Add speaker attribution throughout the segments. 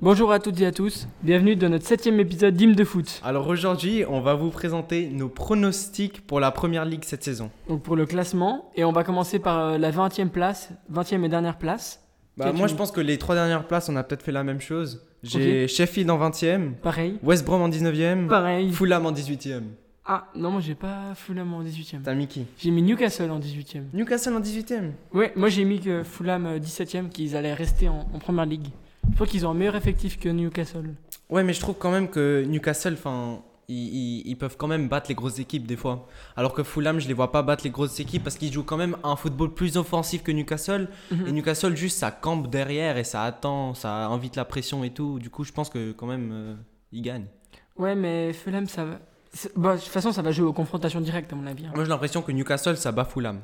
Speaker 1: Bonjour à toutes et à tous, bienvenue dans notre septième épisode d'Hymne de foot.
Speaker 2: Alors aujourd'hui, on va vous présenter nos pronostics pour la première ligue cette saison.
Speaker 1: Donc pour le classement, et on va commencer par euh, la 20e place, 20e et dernière place.
Speaker 2: Bah,
Speaker 1: Quel
Speaker 2: moi,
Speaker 1: tu-
Speaker 2: je pense que les trois dernières places, on a peut-être fait la même chose. J'ai Sheffield en 20ème,
Speaker 1: Pareil.
Speaker 2: West Brom en 19ème,
Speaker 1: Pareil.
Speaker 2: Fulham en 18ème.
Speaker 1: Ah non, moi j'ai pas Fulham en 18ème.
Speaker 2: T'as mis qui
Speaker 1: J'ai mis Newcastle en 18ème.
Speaker 2: Newcastle en 18ème.
Speaker 1: Ouais, moi j'ai mis que Fulham euh, 17ème, qu'ils allaient rester en, en première ligue. Je crois qu'ils ont un meilleur effectif que Newcastle.
Speaker 2: Ouais, mais je trouve quand même que Newcastle, enfin, ils, ils- ils peuvent quand même battre les grosses équipes des fois. Alors que Fulham, je les vois pas battre les grosses équipes parce qu'ils jouent quand même un football plus offensif que Newcastle.
Speaker 1: Mhm.
Speaker 2: Et Newcastle, juste, ça campe derrière et ça attend, ça invite la pression et tout. Du coup, je pense que quand même, euh, ils gagnent.
Speaker 1: Ouais, mais Fulham, ça va. c'est- bah, de toute façon, ça va jouer aux confrontations directes, à mon avis. hein.
Speaker 2: Moi, j'ai l'impression que Newcastle, ça bat Fulham.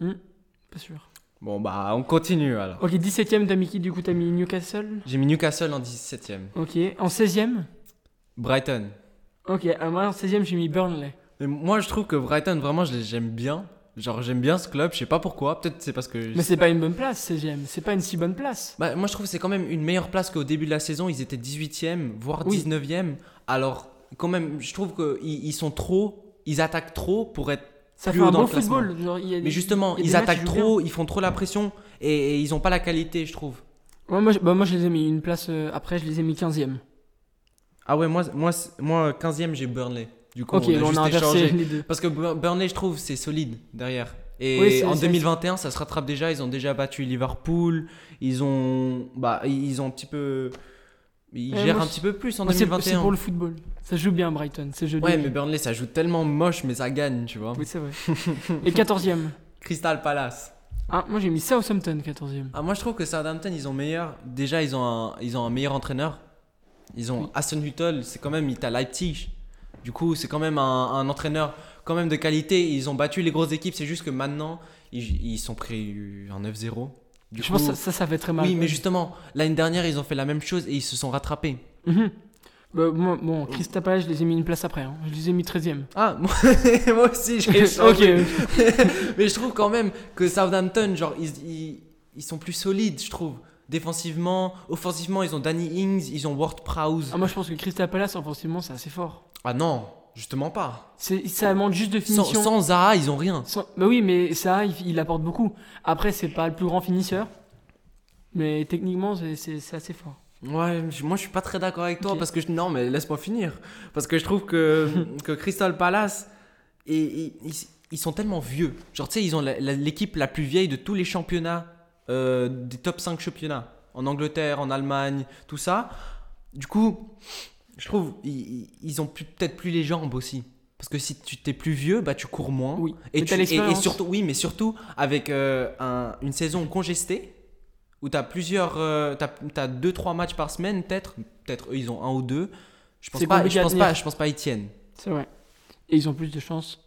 Speaker 1: Hmm, pas sûr.
Speaker 2: Bon, bah, on continue alors.
Speaker 1: Ok, 17ème, t'as mis qui Du coup, t'as mis Newcastle.
Speaker 2: J'ai mis Newcastle en 17ème.
Speaker 1: Ok, en 16ème
Speaker 2: Brighton.
Speaker 1: Ok, alors moi en 16ème, j'ai mis Burnley.
Speaker 2: Mais moi, je trouve que Brighton, vraiment, je les- j'aime bien. Genre, j'aime bien ce club, je sais pas pourquoi. Peut-être c'est parce que.
Speaker 1: Mais c'est pas une bonne place, 16ème. C'est pas une si bonne place.
Speaker 2: Bah, moi, je trouve que c'est quand même une meilleure place qu'au début de la saison. Ils étaient 18e, voire
Speaker 1: Oui.
Speaker 2: 19e. Alors, quand même, je trouve qu'ils ils sont trop. Ils attaquent trop pour être.
Speaker 1: Ça
Speaker 2: Plus
Speaker 1: fait
Speaker 2: haut
Speaker 1: un
Speaker 2: dans
Speaker 1: bon
Speaker 2: le classement.
Speaker 1: football. genre, il y a des-
Speaker 2: Mais justement,
Speaker 1: il y a
Speaker 2: ils
Speaker 1: des matchs,
Speaker 2: attaquent
Speaker 1: jouent bien.
Speaker 2: trop, ils font trop la pression et, et ils ont pas la qualité, je trouve.
Speaker 1: Ouais, moi, je- bah, moi, je les ai mis une place euh, après, je les ai mis 15ème.
Speaker 2: Ah ouais, moi, moi, c'est- moi 15e, j'ai Burnley. Du coup,
Speaker 1: Ok,
Speaker 2: on a
Speaker 1: on
Speaker 2: juste
Speaker 1: a inversé
Speaker 2: échangé.
Speaker 1: les deux.
Speaker 2: Parce que Bur- Burnley, je trouve, c'est solide derrière. Et
Speaker 1: Oui, c'est-
Speaker 2: en
Speaker 1: c'est-
Speaker 2: 2021, ça se rattrape déjà. Ils ont déjà battu Liverpool. Ils ont, bah, ils ont un petit peu, ils
Speaker 1: Ouais,
Speaker 2: gèrent
Speaker 1: moi,
Speaker 2: un petit peu plus en
Speaker 1: Moi, c'est-
Speaker 2: 2021.
Speaker 1: C'est pour le football. Ça joue bien, Brighton. C'est joli.
Speaker 2: Ouais, mais Burnley, ça joue tellement moche, mais ça gagne, tu vois.
Speaker 1: Oui, c'est vrai. Et 14ème.
Speaker 2: Crystal Palace.
Speaker 1: Ah, moi, j'ai mis Southampton 14ème.
Speaker 2: Ah, moi, je trouve que Southampton, ils ont meilleur. Déjà, ils ont un, ils ont un meilleur entraîneur. Ils ont
Speaker 1: Oui.
Speaker 2: Aston Hüttl, c'est quand même, il est à Leipzig. Du coup, c'est quand même un, un entraîneur quand même de qualité. Ils ont battu les grosses équipes, c'est juste que maintenant, ils, ils sont pris en 9-0. Du
Speaker 1: Je
Speaker 2: coup-
Speaker 1: pense que ça, ça, ça fait très mal.
Speaker 2: Oui, mais justement, l'année dernière, ils ont fait la même chose et ils se sont rattrapés.
Speaker 1: Mhm. Bah, moi, bon, Crystal Palace, je les ai mis une place après. hein. Je les ai mis 13ème.
Speaker 2: Ah, moi, moi aussi, j'ai
Speaker 1: ok.
Speaker 2: changé. Mais je trouve quand même que Southampton, genre, ils, ils, ils sont plus solides, je trouve. Défensivement, offensivement, ils ont Danny Ings, ils ont Ward Prowse.
Speaker 1: Ah, moi, je pense que Crystal Palace, offensivement, c'est assez fort.
Speaker 2: Ah non, justement pas.
Speaker 1: C'est- Ça manque juste de
Speaker 2: Sans,
Speaker 1: finition.
Speaker 2: sans Zaha, ils ont rien.
Speaker 1: Sans- Bah oui, mais ça, il, il apporte beaucoup. Après, c'est pas le plus grand finisseur. Mais techniquement, c'est- c'est c'est assez fort.
Speaker 2: Ouais, je- moi je suis pas très d'accord avec toi
Speaker 1: Ok.
Speaker 2: parce que je- non, mais laisse-moi finir. Parce que je trouve que, que Crystal Palace, et, et- ils, ils sont tellement vieux. Genre, tu sais, ils ont la- la- l'équipe la, plus vieille de tous les championnats, euh, des top 5 championnats, en Angleterre, en Allemagne, tout ça. Du coup, je trouve ils, ils- ils ont plus- peut-être plus les jambes aussi. Parce que si tu t'es plus vieux, bah tu cours moins.
Speaker 1: Oui,
Speaker 2: Et,
Speaker 1: mais
Speaker 2: tu,
Speaker 1: t'as
Speaker 2: et- et,
Speaker 1: l'expérience.
Speaker 2: surtout, oui, mais surtout avec euh, un- une saison congestée où t'as plusieurs, euh, t'as t'as deux trois matchs par semaine peut-être, peut-être eux ils ont un ou deux. Je pense
Speaker 1: C'est
Speaker 2: pas,
Speaker 1: compliqué
Speaker 2: je
Speaker 1: à
Speaker 2: pense
Speaker 1: tenir.
Speaker 2: pas, je pense pas ils tiennent.
Speaker 1: C'est vrai. Et ils ont plus de chances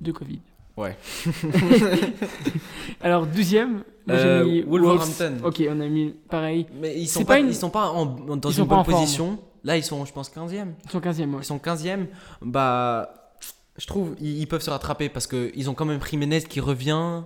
Speaker 1: de Covid.
Speaker 2: Ouais.
Speaker 1: Alors, douzième, moi, j'ai
Speaker 2: Euh,
Speaker 1: mis
Speaker 2: Wolverhampton.
Speaker 1: Wolves. Ok, on a mis pareil.
Speaker 2: Mais ils
Speaker 1: C'est
Speaker 2: sont
Speaker 1: pas
Speaker 2: pas,
Speaker 1: une-
Speaker 2: ils sont pas en, en- dans
Speaker 1: Ils sont
Speaker 2: une
Speaker 1: pas en
Speaker 2: bonne
Speaker 1: forme.
Speaker 2: position. Là ils sont, je pense 15e.
Speaker 1: Ils sont 15e, ouais.
Speaker 2: Ils sont 15e. Bah, je trouve ils, ils peuvent se rattraper parce que ils ont quand même Jiménez qui revient.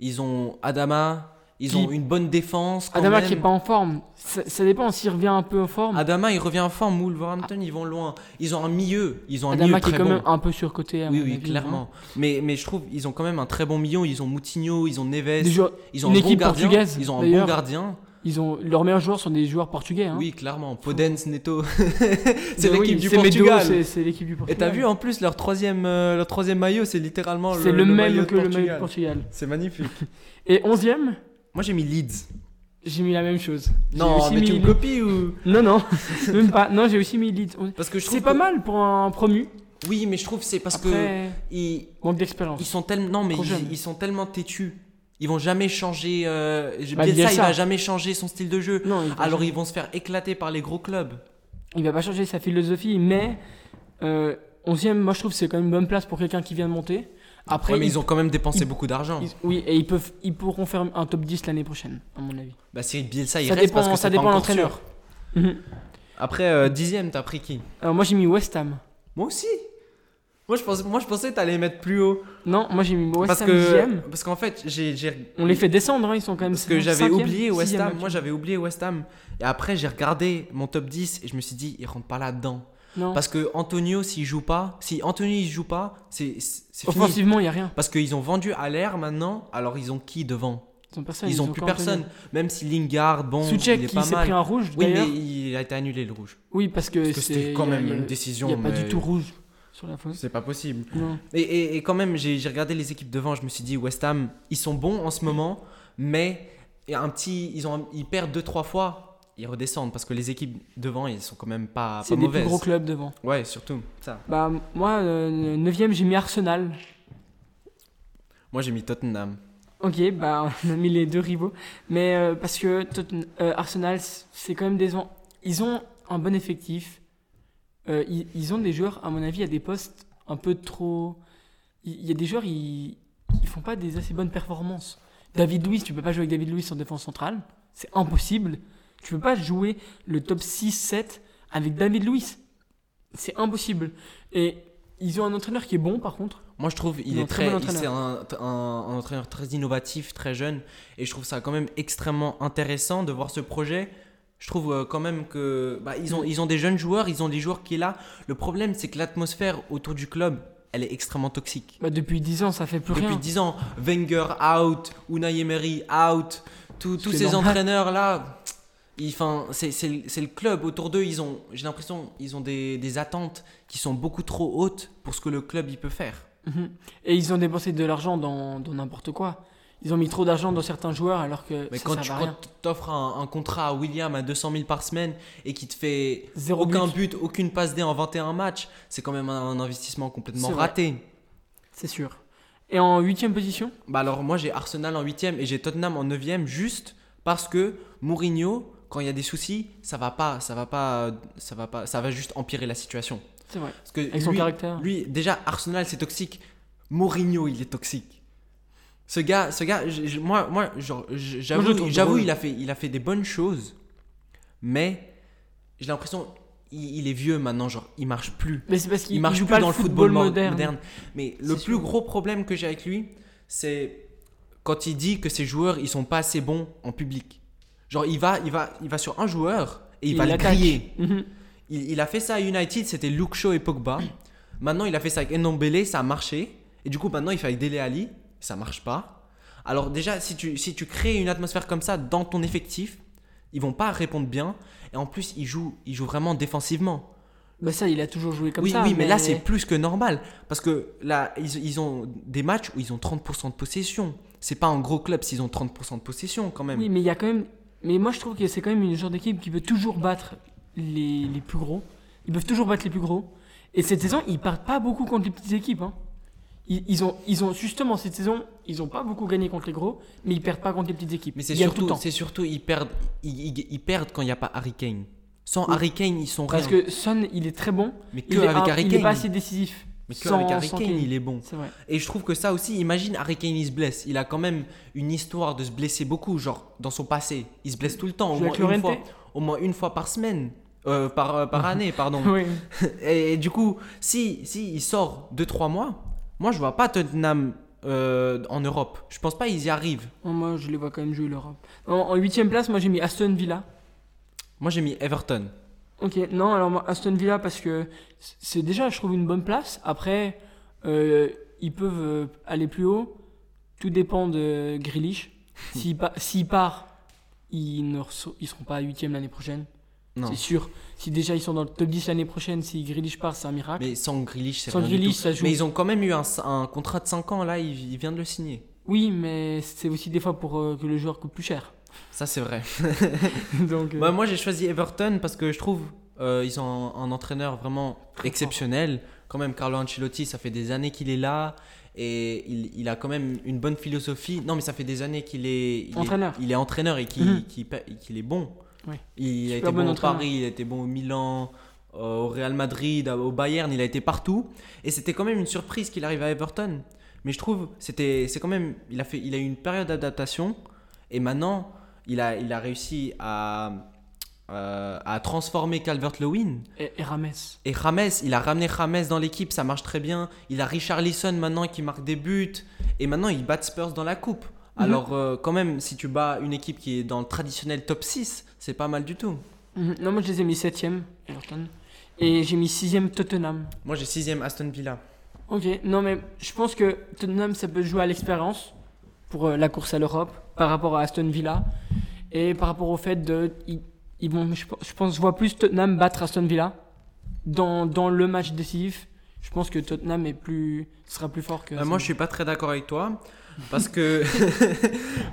Speaker 2: Ils ont Adama. Ils
Speaker 1: Qui-
Speaker 2: ont une bonne défense. Quand
Speaker 1: Adama
Speaker 2: même.
Speaker 1: qui est pas en forme. Ça, ça dépend s'il revient un peu en forme.
Speaker 2: Adama, il revient en forme. Wolverhampton, ils vont loin. Ils ont un milieu. Ils ont un
Speaker 1: Adama
Speaker 2: milieu
Speaker 1: qui est
Speaker 2: très
Speaker 1: quand
Speaker 2: bon.
Speaker 1: même un peu surcoté. à
Speaker 2: Oui,
Speaker 1: mon
Speaker 2: oui,
Speaker 1: avis, hein.
Speaker 2: clairement. Mais, mais je trouve ils ont quand même un très bon milieu. Ils ont Moutinho, ils ont
Speaker 1: hein. Des
Speaker 2: Neves,
Speaker 1: joueurs-
Speaker 2: ils ont
Speaker 1: une
Speaker 2: un bon
Speaker 1: équipe
Speaker 2: gardien.
Speaker 1: portugaise,
Speaker 2: Ils ont un bon
Speaker 1: d'ailleurs.
Speaker 2: gardien.
Speaker 1: ils ont, leurs meilleurs joueurs sont des joueurs portugais. hein.
Speaker 2: Oui, clairement. Podence, Neto.
Speaker 1: Bah
Speaker 2: c'est
Speaker 1: oui,
Speaker 2: l'équipe du
Speaker 1: c'est Medo,
Speaker 2: Portugal.
Speaker 1: c'est- C'est l'équipe du
Speaker 2: Et
Speaker 1: Portugal.
Speaker 2: t'as vu en plus leur troisième, euh, leur troisième maillot, c'est littéralement Oh, le,
Speaker 1: C'est le,
Speaker 2: maillot
Speaker 1: même
Speaker 2: de
Speaker 1: que le maillot
Speaker 2: Portugal.
Speaker 1: du Portugal.
Speaker 2: C'est magnifique.
Speaker 1: Et 11e,
Speaker 2: Moi j'ai mis Leeds.
Speaker 1: j'ai mis la même chose. J'ai
Speaker 2: Non,
Speaker 1: aussi
Speaker 2: mais tu
Speaker 1: mis
Speaker 2: me copies ou
Speaker 1: Non, non, même pas. Non, j'ai aussi mis Leeds.
Speaker 2: Parce que je trouve
Speaker 1: C'est pas
Speaker 2: que-
Speaker 1: mal pour un promu.
Speaker 2: Oui, mais je trouve que c'est parce
Speaker 1: Après,
Speaker 2: que ils,
Speaker 1: manque
Speaker 2: ils
Speaker 1: d'expérience.
Speaker 2: sont tellement non mais
Speaker 1: Trop jeune.
Speaker 2: ils, ils sont tellement têtus. Ils vont jamais changer. Euh...
Speaker 1: Bah,
Speaker 2: Bielsa,
Speaker 1: Bielsa.
Speaker 2: il va jamais changer son style de jeu.
Speaker 1: Non, il va,
Speaker 2: Alors ils vont se faire éclater par les gros clubs.
Speaker 1: il va pas changer sa philosophie, mais euh, 11e, moi je trouve que c'est quand même une bonne place pour quelqu'un qui vient de monter. Après,
Speaker 2: Ouais, mais
Speaker 1: ils-
Speaker 2: ils ont quand même dépensé
Speaker 1: ils-
Speaker 2: beaucoup d'argent.
Speaker 1: ils- oui, et ils, peuvent, ils pourront faire un top 10 l'année prochaine, à mon avis.
Speaker 2: Bah Cyril Bielsa, il
Speaker 1: ça
Speaker 2: reste
Speaker 1: dépend,
Speaker 2: parce que
Speaker 1: ça
Speaker 2: c'est pas
Speaker 1: dépend de
Speaker 2: encore
Speaker 1: l'entraîneur.
Speaker 2: sûr.
Speaker 1: Mhm.
Speaker 2: Après euh, dixième, t'as pris qui
Speaker 1: Alors, moi j'ai mis West Ham.
Speaker 2: Moi aussi. Moi je, pense, moi, je pensais que t'allais mettre plus haut.
Speaker 1: Non, moi j'ai mis
Speaker 2: parce
Speaker 1: West Ham
Speaker 2: que,
Speaker 1: dixième.
Speaker 2: parce qu'en fait, j'ai, j'ai-
Speaker 1: On les fait descendre, hein, ils sont quand même.
Speaker 2: parce que j'avais
Speaker 1: cinquième,
Speaker 2: oublié West
Speaker 1: sixième,
Speaker 2: Ham.
Speaker 1: ok.
Speaker 2: Moi, j'avais oublié West Ham. Et après, j'ai regardé mon top 10 et je me suis dit, il rentre pas là-dedans.
Speaker 1: Non.
Speaker 2: Parce que Antonio, s'il joue pas, si Anthony il joue pas, c'est c'est fini.
Speaker 1: Offensivement, il n'y a rien.
Speaker 2: Parce qu'ils ont vendu à l'air maintenant. Alors ils ont qui devant
Speaker 1: Ils ont personne.
Speaker 2: Ils, ont, plus personne. Même si Lingard, bon, il
Speaker 1: Soucek
Speaker 2: est
Speaker 1: qui
Speaker 2: pas
Speaker 1: s'est
Speaker 2: mal.
Speaker 1: pris un rouge
Speaker 2: oui,
Speaker 1: d'ailleurs.
Speaker 2: mais il a été annulé le rouge.
Speaker 1: Oui, parce que
Speaker 2: Parce que c'était
Speaker 1: c'est-
Speaker 2: quand
Speaker 1: il y a-
Speaker 2: même
Speaker 1: il y a-
Speaker 2: une décision.
Speaker 1: Il n'y a pas
Speaker 2: mais
Speaker 1: du tout rouge sur la fausse.
Speaker 2: C'est pas possible.
Speaker 1: Non.
Speaker 2: Et, et- et quand même, j'ai j'ai regardé les équipes devant, je me suis dit, West Ham, ils sont bons en ce moment, mais il y a un petit, ils, ont, ils perdent deux, trois fois, ils redescendent parce que les équipes devant, ils sont quand même pas,
Speaker 1: C'est
Speaker 2: Ah, pas
Speaker 1: des plus
Speaker 2: mauvaises.
Speaker 1: gros clubs devant.
Speaker 2: Ouais, surtout. Ça.
Speaker 1: Bah, moi, 9ème, j'ai mis Arsenal.
Speaker 2: Moi, j'ai mis Tottenham.
Speaker 1: Ok, bah, on a mis les deux rivaux. Mais euh, parce que Totten- euh, Arsenal, c'est quand même décevant. Ils ont un bon effectif. Euh, ils, ils ont des joueurs, à mon avis, à des postes un peu trop. Il il y a des joueurs, ils, ils font pas des assez bonnes performances. David Luiz, tu peux pas jouer avec David Luiz en défense centrale. C'est impossible. Tu peux pas jouer le top 6-7 avec David Luiz. C'est impossible. Et ils ont un entraîneur qui est bon, par contre.
Speaker 2: Moi, je trouve il
Speaker 1: Ils ont
Speaker 2: est
Speaker 1: un très
Speaker 2: très,
Speaker 1: bon
Speaker 2: il- c'est un, un- un entraîneur très innovatif, très jeune, et je trouve ça quand même extrêmement intéressant de voir ce projet. Je trouve euh, quand même que bah, ils ont,
Speaker 1: Mm.
Speaker 2: ils ont des jeunes joueurs, ils ont des joueurs qui est là. Le problème, c'est que l'atmosphère autour du club, elle est extrêmement toxique.
Speaker 1: Bah, depuis 10 ans, ça fait plus
Speaker 2: depuis
Speaker 1: rien.
Speaker 2: 10 ans. Wenger out, Unai Emery out, tous tous
Speaker 1: C'est
Speaker 2: ces
Speaker 1: normal.
Speaker 2: entraîneurs-là, ils- 'fin, c'est c'est le c'est le club autour d'eux, ils ont, j'ai l'impression, ils ont des, des attentes qui sont beaucoup trop hautes pour ce que le club il peut faire.
Speaker 1: Mhm. Et ils ont dépensé de l'argent dans dans n'importe quoi. Ils ont mis trop d'argent dans certains joueurs alors que
Speaker 2: Mais
Speaker 1: ça
Speaker 2: quand
Speaker 1: sert
Speaker 2: tu
Speaker 1: à
Speaker 2: quand
Speaker 1: rien.
Speaker 2: t'offres un, un contrat à William à 200 000 par semaine et qui te fait
Speaker 1: Zéro
Speaker 2: aucun
Speaker 1: but.
Speaker 2: but. aucune passe D en 21 matchs, c'est quand même un, investissement complètement
Speaker 1: C'est vrai.
Speaker 2: raté.
Speaker 1: C'est sûr. Et en huitième position
Speaker 2: Bah alors moi j'ai Arsenal en 8 et j'ai Tottenham en 9 juste parce que Mourinho quand il y a des soucis, ça va pas, ça va pas, ça va pas, ça va juste empirer la situation.
Speaker 1: C'est vrai.
Speaker 2: Parce que
Speaker 1: Avec son
Speaker 2: lui,
Speaker 1: caractère.
Speaker 2: lui, déjà Arsenal c'est toxique. Mourinho, il est toxique. Ce gars, ce gars, je- je- moi moi genre, je-
Speaker 1: Moi, je le
Speaker 2: j'avoue,
Speaker 1: trouve
Speaker 2: j'avoue,
Speaker 1: drôle.
Speaker 2: il a fait il a fait des bonnes choses mais j'ai l'impression il, il est vieux maintenant, genre il marche plus
Speaker 1: Mais c'est parce qu'il
Speaker 2: il
Speaker 1: il
Speaker 2: marche
Speaker 1: joue
Speaker 2: plus
Speaker 1: pas
Speaker 2: dans le football, mo- moderne.
Speaker 1: moderne.
Speaker 2: Mais
Speaker 1: C'est
Speaker 2: le plus
Speaker 1: sûr.
Speaker 2: gros problème que j'ai avec lui, c'est quand il dit que ses joueurs ils sont pas assez bons en public. Genre il va, il va, il va sur un joueur et il,
Speaker 1: Il
Speaker 2: va le
Speaker 1: l'attaque.
Speaker 2: crier.
Speaker 1: Mhm.
Speaker 2: Il, il a fait ça à United, c'était Luke Shaw et Pogba. Maintenant il a fait ça avec Ndombele, ça a marché. Et du coup maintenant il fait avec Dele Ali, ça marche pas. Alors déjà si tu, si tu crées une atmosphère comme ça dans ton effectif, ils vont pas répondre bien. Et en plus ils jouent, ils jouent vraiment défensivement
Speaker 1: Bah ça, il a toujours joué comme
Speaker 2: oui,
Speaker 1: ça.
Speaker 2: oui, mais, là, c'est plus que normal. Parce que là, ils, ils ont des matchs où ils ont 30% de possession. C'est pas un gros club s'ils ont 30% de possession quand même.
Speaker 1: Oui, mais il y a quand même. Mais moi, je trouve que c'est quand même une genre d'équipe qui peut toujours battre les, les plus gros. Ils peuvent toujours battre les plus gros. Et cette saison, ils partent pas beaucoup contre les petites équipes. hein. Ils, ils ont, ils ont justement cette saison, ils ont pas beaucoup gagné contre les gros, mais ils perdent pas contre les petites équipes.
Speaker 2: mais c'est
Speaker 1: Ils gagnent tout le
Speaker 2: surtout,
Speaker 1: temps.
Speaker 2: c'est surtout ils perdent, ils, ils- ils perdent quand il n'y a pas Harry Kane. Sans Harry Kane, ils sont rien.
Speaker 1: Parce que Son, il est très bon.
Speaker 2: mais que
Speaker 1: Il est,
Speaker 2: avec
Speaker 1: un-
Speaker 2: Harry
Speaker 1: il est
Speaker 2: Kane.
Speaker 1: pas assez décisif.
Speaker 2: Mais que
Speaker 1: Sans-
Speaker 2: avec Harry
Speaker 1: sans
Speaker 2: Kane,
Speaker 1: Kane.
Speaker 2: il est bon.
Speaker 1: C'est vrai.
Speaker 2: Et je trouve que ça aussi, imagine Harry Kane, il se blesse. Il a quand même une histoire de se blesser beaucoup, genre dans son passé. Il se blesse tout le temps, au
Speaker 1: Joue
Speaker 2: moins,
Speaker 1: avec
Speaker 2: une
Speaker 1: Llorente
Speaker 2: fois, au moins une fois par semaine. Euh, par, euh, par année, pardon.
Speaker 1: Oui.
Speaker 2: Et, et du coup, si, si il sort 2-3 mois, moi je vois pas Tottenham euh, en Europe. Je pense pas ils y arrivent.
Speaker 1: Oh, moi, je les vois quand même jouer l'Europe. En en huitième place, moi, j'ai mis Aston Villa.
Speaker 2: Moi j'ai mis Everton.
Speaker 1: Ok, non, alors moi, Aston Villa, parce que c'est déjà, je trouve, une bonne place. Après, euh, ils peuvent euh, aller plus haut. Tout dépend de Grealish. S'il pa- s'il part, ils ne reço- ils seront pas huitième l'année prochaine.
Speaker 2: Non.
Speaker 1: C'est sûr. Si déjà ils sont dans le top 10 l'année prochaine, si Grealish part, c'est un miracle.
Speaker 2: Mais sans Grealish, c'est
Speaker 1: Sans
Speaker 2: rien du
Speaker 1: Grealish,
Speaker 2: tout.
Speaker 1: ça joue.
Speaker 2: Mais ils ont quand même eu un, un contrat de 5 ans là, il, il vient de le signer.
Speaker 1: Oui, mais c'est aussi des fois pour euh, que le joueur coûte plus cher.
Speaker 2: Ça c'est vrai.
Speaker 1: Donc, euh,
Speaker 2: Bah, moi j'ai choisi Everton parce que je trouve euh, ils ont un, un entraîneur vraiment exceptionnel. Quand même Carlo Ancelotti, ça fait des années qu'il est là et il, il a quand même une bonne philosophie. Non mais ça fait des années qu'il est, il est-
Speaker 1: Entraîneur.
Speaker 2: Il est entraîneur et qu'il
Speaker 1: Mhm.
Speaker 2: qu'il pa- qu'il est bon.
Speaker 1: Ouais.
Speaker 2: Il
Speaker 1: Super
Speaker 2: a
Speaker 1: bon
Speaker 2: été bon au
Speaker 1: entraîneur.
Speaker 2: Paris, il a été bon au Milan, euh, au Real Madrid, au Bayern, il a été partout. Et c'était quand même une surprise qu'il arrive à Everton. Mais je trouve, c'était, c'est quand même, il a fait, il a eu une période d'adaptation. Et maintenant, il a, il a réussi à, euh, a transformé Calvert-Lewin.
Speaker 1: Et, et Rames.
Speaker 2: Et Rames, il a ramené Rames dans l'équipe, ça marche très bien. Il a Richard Lisson maintenant qui marque des buts. Et maintenant, il bat Spurs dans la coupe.
Speaker 1: Mhm.
Speaker 2: Alors, euh, quand même, si tu bats une équipe qui est dans le traditionnel top 6, c'est pas mal du tout.
Speaker 1: Mhm. Non, moi je les ai mis 7ème, Everton. Et j'ai mis 6ème Tottenham.
Speaker 2: Moi, j'ai 6ème Aston Villa.
Speaker 1: Ok, non mais je pense que Tottenham ça peut jouer à l'expérience pour euh, la course à l'Europe par rapport à Aston Villa et par rapport au fait de. Ils, ils vont, je, pense- je pense, je vois plus Tottenham battre Aston Villa dans, dans le match décisif. Je pense que Tottenham est plus, sera plus fort que.
Speaker 2: Euh, moi, je suis pas très d'accord avec toi. Parce que,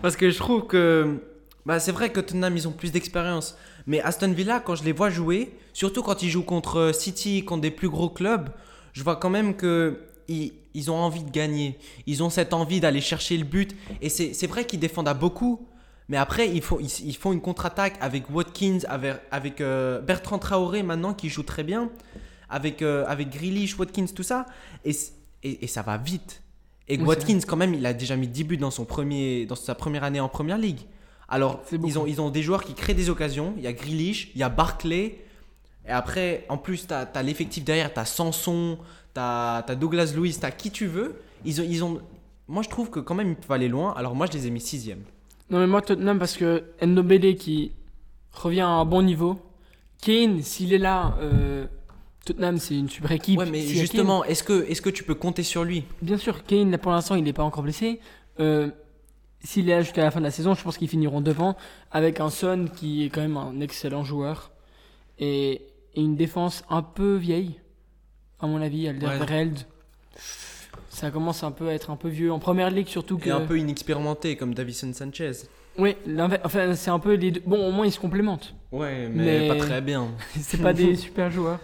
Speaker 2: parce que je trouve que. Bah, c'est vrai que Tottenham, ils ont plus d'expérience. Mais Aston Villa, quand je les vois jouer, surtout quand ils jouent contre euh, City, contre des plus gros clubs, je vois quand même que. Ils, ils ont envie de gagner. Ils ont cette envie d'aller chercher le but. Et c'est c'est vrai qu'ils défendent à beaucoup. Mais après, ils font, ils, ils font une contre-attaque avec Watkins, avec, avec euh, Bertrand Traoré maintenant qui joue très bien, avec, euh, avec Grealish, Watkins, tout ça. Et, c- et, et ça va vite. Et
Speaker 1: Oui, c'est
Speaker 2: Watkins, quand même, il a déjà mis 10 buts dans, son premier, dans sa première année en première ligue. Alors,
Speaker 1: C'est beaucoup.
Speaker 2: ils ont, ils ont des joueurs qui créent des occasions. Il y a Grealish, il y a Barclay. Et après, en plus, t'as as, l'effectif derrière, t'as Sanson, t'as as Douglas Lewis, t'as qui tu veux. Ils ont, ils ont... Moi, je trouve que quand même, ils peuvent aller loin. Alors, moi, je les ai mis sixième.
Speaker 1: Non mais moi Tottenham parce que Nobele qui revient à un bon niveau. Kane, s'il est là, euh, Tottenham c'est une super équipe.
Speaker 2: Ouais, mais
Speaker 1: S'il y a Kane-
Speaker 2: justement, est-ce que, est que tu peux compter sur lui
Speaker 1: bien sûr, Kane là, pour l'instant il n'est pas encore blessé. Euh, s'il est là jusqu'à la fin de la saison, je pense qu'ils finiront devant avec un Son qui est quand même un excellent joueur et, et une défense un peu vieille à mon avis. Alderweireld, ça commence un peu à être un peu vieux en première ligue surtout que.
Speaker 2: Et un peu inexpérimenté, comme Davison Sanchez.
Speaker 1: Oui, l'inver- enfin c'est un peu les deux. Bon au moins ils se complémentent.
Speaker 2: Ouais, mais,
Speaker 1: Mais-
Speaker 2: pas très bien.
Speaker 1: C'est pas des super joueurs.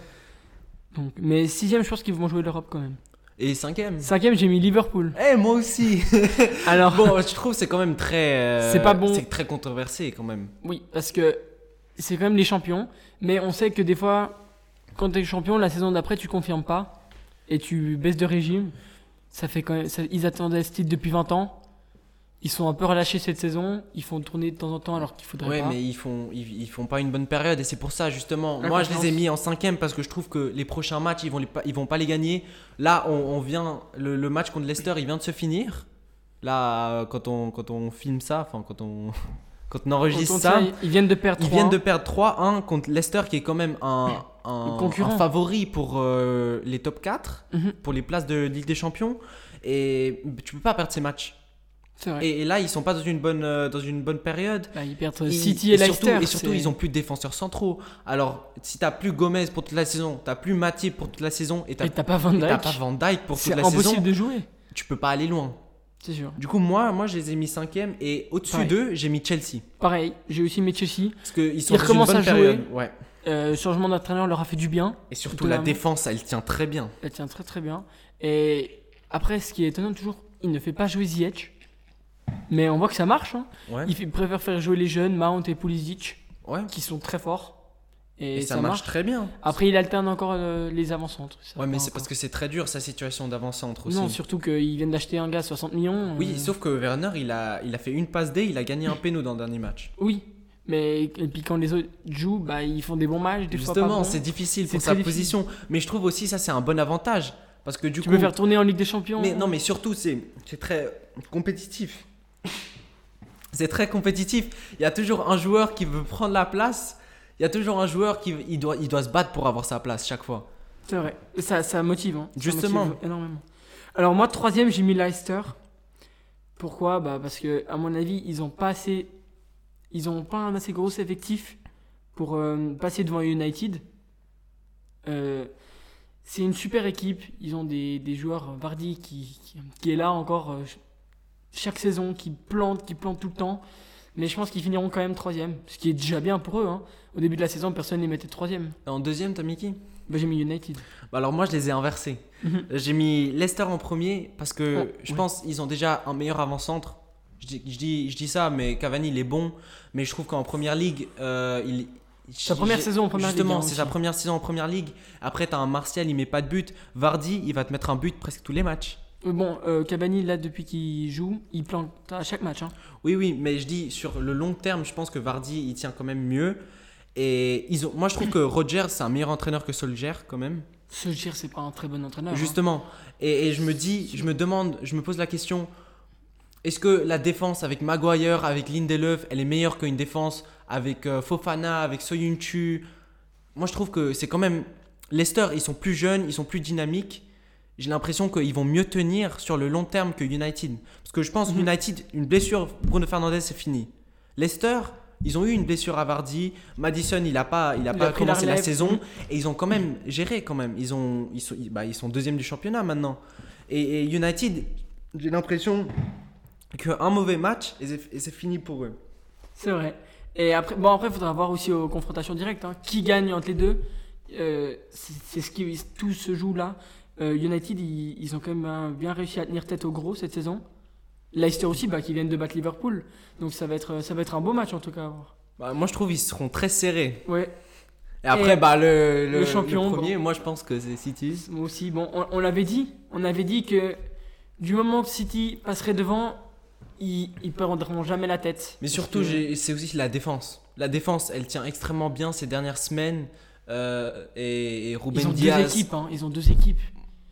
Speaker 1: Donc, mais sixième, je pense qu'ils vont jouer l'Europe quand même.
Speaker 2: Et cinquième
Speaker 1: Cinquième, j'ai mis Liverpool.
Speaker 2: Eh, moi aussi
Speaker 1: Alors,
Speaker 2: Bon, je trouve que c'est quand même très. euh,
Speaker 1: C'est pas bon.
Speaker 2: C'est très controversé quand même.
Speaker 1: oui, parce que c'est quand même les champions. Mais on sait que des fois, quand t'es champion, la saison d'après, tu confirmes pas et tu baisses de régime. Ça fait quand même, ça- ils attendaient ce titre depuis 20 ans. Ils sont un peu relâchés cette saison. Ils font tourner de temps en temps alors qu'il faudrait
Speaker 2: Ouais,
Speaker 1: pas.
Speaker 2: mais ils font, ils, ils font pas une bonne période et c'est pour ça justement.
Speaker 1: La
Speaker 2: Moi, je
Speaker 1: confiance.
Speaker 2: les ai mis en cinquième parce que je trouve que les prochains matchs, ils vont, les pas- ils vont pas les gagner. Là, on, on vient, le, le match contre Leicester, il vient de se finir. Là, euh, quand on, quand on filme ça, enfin quand on,
Speaker 1: Quand
Speaker 2: quand on
Speaker 1: on
Speaker 2: enregistre
Speaker 1: tient,
Speaker 2: ça,
Speaker 1: ils viennent de perdre.
Speaker 2: ils
Speaker 1: 3,
Speaker 2: viennent de perdre 3-1 contre Leicester, qui est quand même un, un-
Speaker 1: Le concurrent.
Speaker 2: un favori pour euh, les top 4,
Speaker 1: Mhm.
Speaker 2: pour les places de Ligue des Champions. Et tu peux pas perdre ces matchs.
Speaker 1: C'est vrai.
Speaker 2: Et, et là, ils sont pas dans une bonne, euh, dans une bonne période.
Speaker 1: Bah, ils perdent
Speaker 2: Et-
Speaker 1: City
Speaker 2: et
Speaker 1: et,
Speaker 2: surtout,
Speaker 1: Leicester.
Speaker 2: et surtout,
Speaker 1: c'est-
Speaker 2: ils ont plus de défenseurs centraux. Alors, si t'as plus Gomez pour toute la saison, t'as plus Matip pour toute la saison, et t'as
Speaker 1: Et t'as pas Van
Speaker 2: et t'as
Speaker 1: Dijk.
Speaker 2: pas Van Dyke pour toute
Speaker 1: C'est
Speaker 2: la
Speaker 1: impossible
Speaker 2: saison,
Speaker 1: de jouer.
Speaker 2: tu peux pas aller loin.
Speaker 1: C'est sûr.
Speaker 2: Du coup, moi, moi, je les ai mis cinquième et au-dessus
Speaker 1: Pareil.
Speaker 2: d'eux, j'ai mis Chelsea
Speaker 1: Pareil, j'ai aussi mis Chelsea.
Speaker 2: parce qu'ils sont
Speaker 1: Ils
Speaker 2: dans une
Speaker 1: recommencent
Speaker 2: bonne
Speaker 1: à jouer.
Speaker 2: période. Ouais.
Speaker 1: Euh, changement d'entraîneur leur a fait du bien.
Speaker 2: Et surtout,
Speaker 1: Surtout
Speaker 2: la
Speaker 1: la-
Speaker 2: défense, elle tient très bien.
Speaker 1: Elle tient très très bien. Et après, ce qui est étonnant toujours, il ne fait pas jouer Ziyech. Mais on voit que ça marche. hein.
Speaker 2: Ouais.
Speaker 1: Il fait- préfère faire jouer les jeunes, Mount et Pulisic,
Speaker 2: Ouais.
Speaker 1: qui sont très forts. Et,
Speaker 2: Et, ça, marche, très bien.
Speaker 1: Après, il alterne encore euh, les avant-centres.
Speaker 2: Ouais, mais c'est parce que c'est très dur sa situation d'avant-centre aussi.
Speaker 1: Non, surtout qu'ils viennent d'acheter un gars à 60 millions.
Speaker 2: Oui,
Speaker 1: euh,
Speaker 2: sauf que Werner, il a, il a fait une passe D, il a gagné un péno dans le dernier match.
Speaker 1: Oui, mais et puis quand les autres jouent, bah, ils font des bons matchs, des fois pas
Speaker 2: Justement,
Speaker 1: bons.
Speaker 2: c'est difficile
Speaker 1: C'est
Speaker 2: pour
Speaker 1: très
Speaker 2: sa
Speaker 1: difficile.
Speaker 2: position. Mais je trouve aussi ça, c'est un bon avantage. Parce que du
Speaker 1: Tu
Speaker 2: coup.
Speaker 1: peux faire tourner en Ligue des Champions. euh,
Speaker 2: mais, non, mais surtout, c'est c'est très compétitif. C'est très compétitif. Il y a toujours un joueur qui veut prendre la place. Il y a toujours un joueur qui il doit, il doit se battre pour avoir sa place chaque fois.
Speaker 1: C'est vrai, ça, ça motive. hein. Ça
Speaker 2: Justement.
Speaker 1: motive énormément. Alors moi, troisième, j'ai mis Leicester. Pourquoi bah, Parce que à mon avis, ils ont pas assez... Ils ont pas un assez gros effectif pour euh, passer devant United. Euh, c'est une super équipe. Ils ont des, des joueurs, euh, Vardy qui, qui, qui est là encore euh, ch- chaque saison, qui plante, qui plante tout le temps. Mais je pense qu'ils finiront quand même troisième, ce qui est déjà bien pour eux. hein. Au début de la saison, personne ne les mettait troisième.
Speaker 2: En deuxième, t'as mis qui
Speaker 1: Bah, j'ai mis United.
Speaker 2: Bah alors moi je les ai inversés.
Speaker 1: Mhm.
Speaker 2: J'ai mis Leicester en premier parce que
Speaker 1: Oh,
Speaker 2: je
Speaker 1: ouais.
Speaker 2: pense qu'ils ont déjà un meilleur avant-centre. Je dis, je, dis, je dis ça, mais Cavani il est bon. Mais je trouve qu'en première ligue, euh, il.
Speaker 1: Sa première
Speaker 2: j'ai-
Speaker 1: saison en première ligue,
Speaker 2: Justement,
Speaker 1: hein,
Speaker 2: c'est
Speaker 1: aussi.
Speaker 2: sa première saison en première ligue. Après, t'as un Martial, il met pas de but. Vardy, il va te mettre un but presque tous les matchs.
Speaker 1: Euh, Bon, euh, Cavani, là, depuis qu'il joue, il plante à chaque match. hein.
Speaker 2: Oui, oui, mais je dis sur le long terme, je pense que Vardy il tient quand même mieux. Et ils ont, moi, je trouve que Roger, c'est un meilleur entraîneur que Solskjaer, quand même.
Speaker 1: Solskjaer, c'est pas un très bon entraîneur. hein.
Speaker 2: Justement. Et, et je me dis, je me demande, je me pose la question est-ce que la défense avec Maguire, avec Lindelof, elle est meilleure qu'une défense avec euh, Fofana, avec Soyuncu Moi, je trouve que c'est quand même. Leicester, ils sont plus jeunes, ils sont plus dynamiques. J'ai l'impression qu'ils vont mieux tenir sur le long terme que United. Parce que je pense
Speaker 1: Mhm.
Speaker 2: United, une blessure, Bruno Fernandez, c'est fini. Leicester, ils ont eu une blessure à Vardy. Madison, il n'a pas, il a
Speaker 1: Il
Speaker 2: pas
Speaker 1: a pris la Mhm.
Speaker 2: commencé la,
Speaker 1: relève.
Speaker 2: saison. Et ils ont quand même géré, quand même. Ils, ont, ils, sont, bah, ils sont deuxième du championnat maintenant. Et, et United, j'ai l'impression qu'un mauvais match, et c'est- et c'est fini pour eux.
Speaker 1: hein. C'est vrai. Et après, bon, après, faudra voir aussi aux confrontations directes. hein. Qui gagne entre les deux Euh, C'est c'est ce qui tout se joue là. Euh, United, ils, ils ont quand même hein, bien réussi à tenir tête au gros cette saison. Leicester aussi, bah, qui viennent de battre Liverpool. Donc ça va être, ça va être un beau match en tout cas. à voir.
Speaker 2: Bah, moi, je trouve qu'ils seront très serrés.
Speaker 1: Ouais,
Speaker 2: Et après,
Speaker 1: Et
Speaker 2: bah, le,
Speaker 1: le champion,
Speaker 2: premier, moi, je pense que c'est City.
Speaker 1: moi aussi. Bon, on, on l'avait dit. On avait dit que du moment que City passerait devant, ils, ils perdront jamais la tête.
Speaker 2: Mais
Speaker 1: Parce
Speaker 2: surtout,
Speaker 1: que-
Speaker 2: j'ai- c'est aussi la défense. La défense, elle tient extrêmement bien ces dernières semaines. Euh, et, et Ruben
Speaker 1: ils ont
Speaker 2: Diaz.
Speaker 1: deux équipes. hein. Ils ont deux équipes.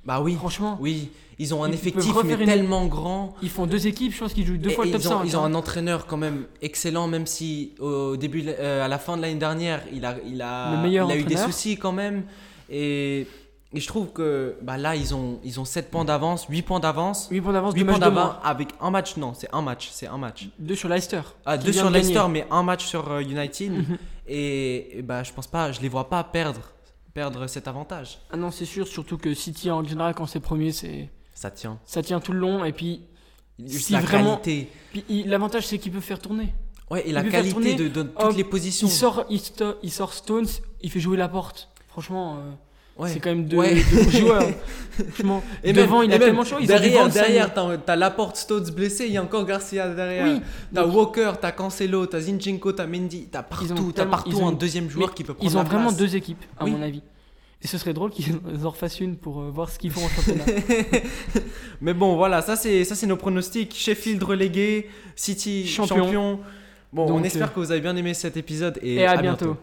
Speaker 2: Bah oui,
Speaker 1: Franchement,
Speaker 2: oui. Ils ont un
Speaker 1: Ils peuvent
Speaker 2: effectif mais
Speaker 1: refaire une-
Speaker 2: tellement grand.
Speaker 1: ils font deux équipes. Je pense qu'ils jouent deux
Speaker 2: Et-
Speaker 1: fois
Speaker 2: et
Speaker 1: le top
Speaker 2: ils ont,
Speaker 1: 5.
Speaker 2: ils ont
Speaker 1: hein.
Speaker 2: un entraîneur quand même excellent, même si au début, de la- euh, à la fin de l'année dernière, il a, il a,
Speaker 1: Le meilleur
Speaker 2: il a eu des
Speaker 1: entraîneur.
Speaker 2: soucis quand même. Et, et je trouve que bah là, ils ont, ils ont 7 points d'avance, 8 points d'avance.
Speaker 1: 8 points d'avance,
Speaker 2: 8
Speaker 1: deux
Speaker 2: points
Speaker 1: matchs de moins.
Speaker 2: d'avance avec un match, non, c'est un match, c'est un match.
Speaker 1: Deux sur Leicester.
Speaker 2: Ah,
Speaker 1: qui
Speaker 2: deux
Speaker 1: vient
Speaker 2: sur
Speaker 1: de gagner. Mhm.
Speaker 2: Leicester, mais un match sur euh, United. et, et bah, je pense pas, je les vois pas perdre, perdre cet avantage.
Speaker 1: Ah non, c'est sûr, surtout que City en général, quand c'est premier, c'est
Speaker 2: Ça tient.
Speaker 1: ça tient tout le long. Et puis,
Speaker 2: Juste
Speaker 1: Si
Speaker 2: la
Speaker 1: vraiment-
Speaker 2: qualité.
Speaker 1: puis il- l'avantage, c'est qu'il peut faire tourner.
Speaker 2: Ouais, et la
Speaker 1: Il peut faire
Speaker 2: qualité
Speaker 1: tourner.
Speaker 2: de, de toutes
Speaker 1: Oh,
Speaker 2: les positions.
Speaker 1: Il sort, il, sto- il sort Stones, il fait jouer la porte. Franchement, euh,
Speaker 2: Ouais.
Speaker 1: c'est quand même deux,
Speaker 2: Ouais.
Speaker 1: deux joueurs. hein. Franchement, devant,
Speaker 2: même-
Speaker 1: il a
Speaker 2: et même
Speaker 1: tellement chaud. Ils
Speaker 2: derrière,
Speaker 1: ont du vent,
Speaker 2: derrière, t'as, t'as Laporte, Stones blessé, il y a encore Garcia derrière.
Speaker 1: Oui.
Speaker 2: T'as Walker, t'as Cancelo, t'as Zinchenko, t'as Mendy, t'as
Speaker 1: Ils
Speaker 2: partout,
Speaker 1: ont
Speaker 2: t'as
Speaker 1: tellement-
Speaker 2: partout
Speaker 1: ils ont
Speaker 2: un
Speaker 1: une-
Speaker 2: deuxième joueur qui peut prendre
Speaker 1: Ils ont
Speaker 2: la
Speaker 1: vraiment
Speaker 2: place.
Speaker 1: deux équipes, à
Speaker 2: Oui.
Speaker 1: mon avis. Et ce serait drôle qu'ils en refassent une pour euh, voir ce qu'ils font en championnat.
Speaker 2: Mais bon, voilà, ça c'est, ça c'est nos pronostics. Sheffield relégué, City champion.
Speaker 1: Champion.
Speaker 2: Bon, on
Speaker 1: Donc,
Speaker 2: espère
Speaker 1: euh,
Speaker 2: que vous avez bien aimé cet épisode et,
Speaker 1: Et à bientôt.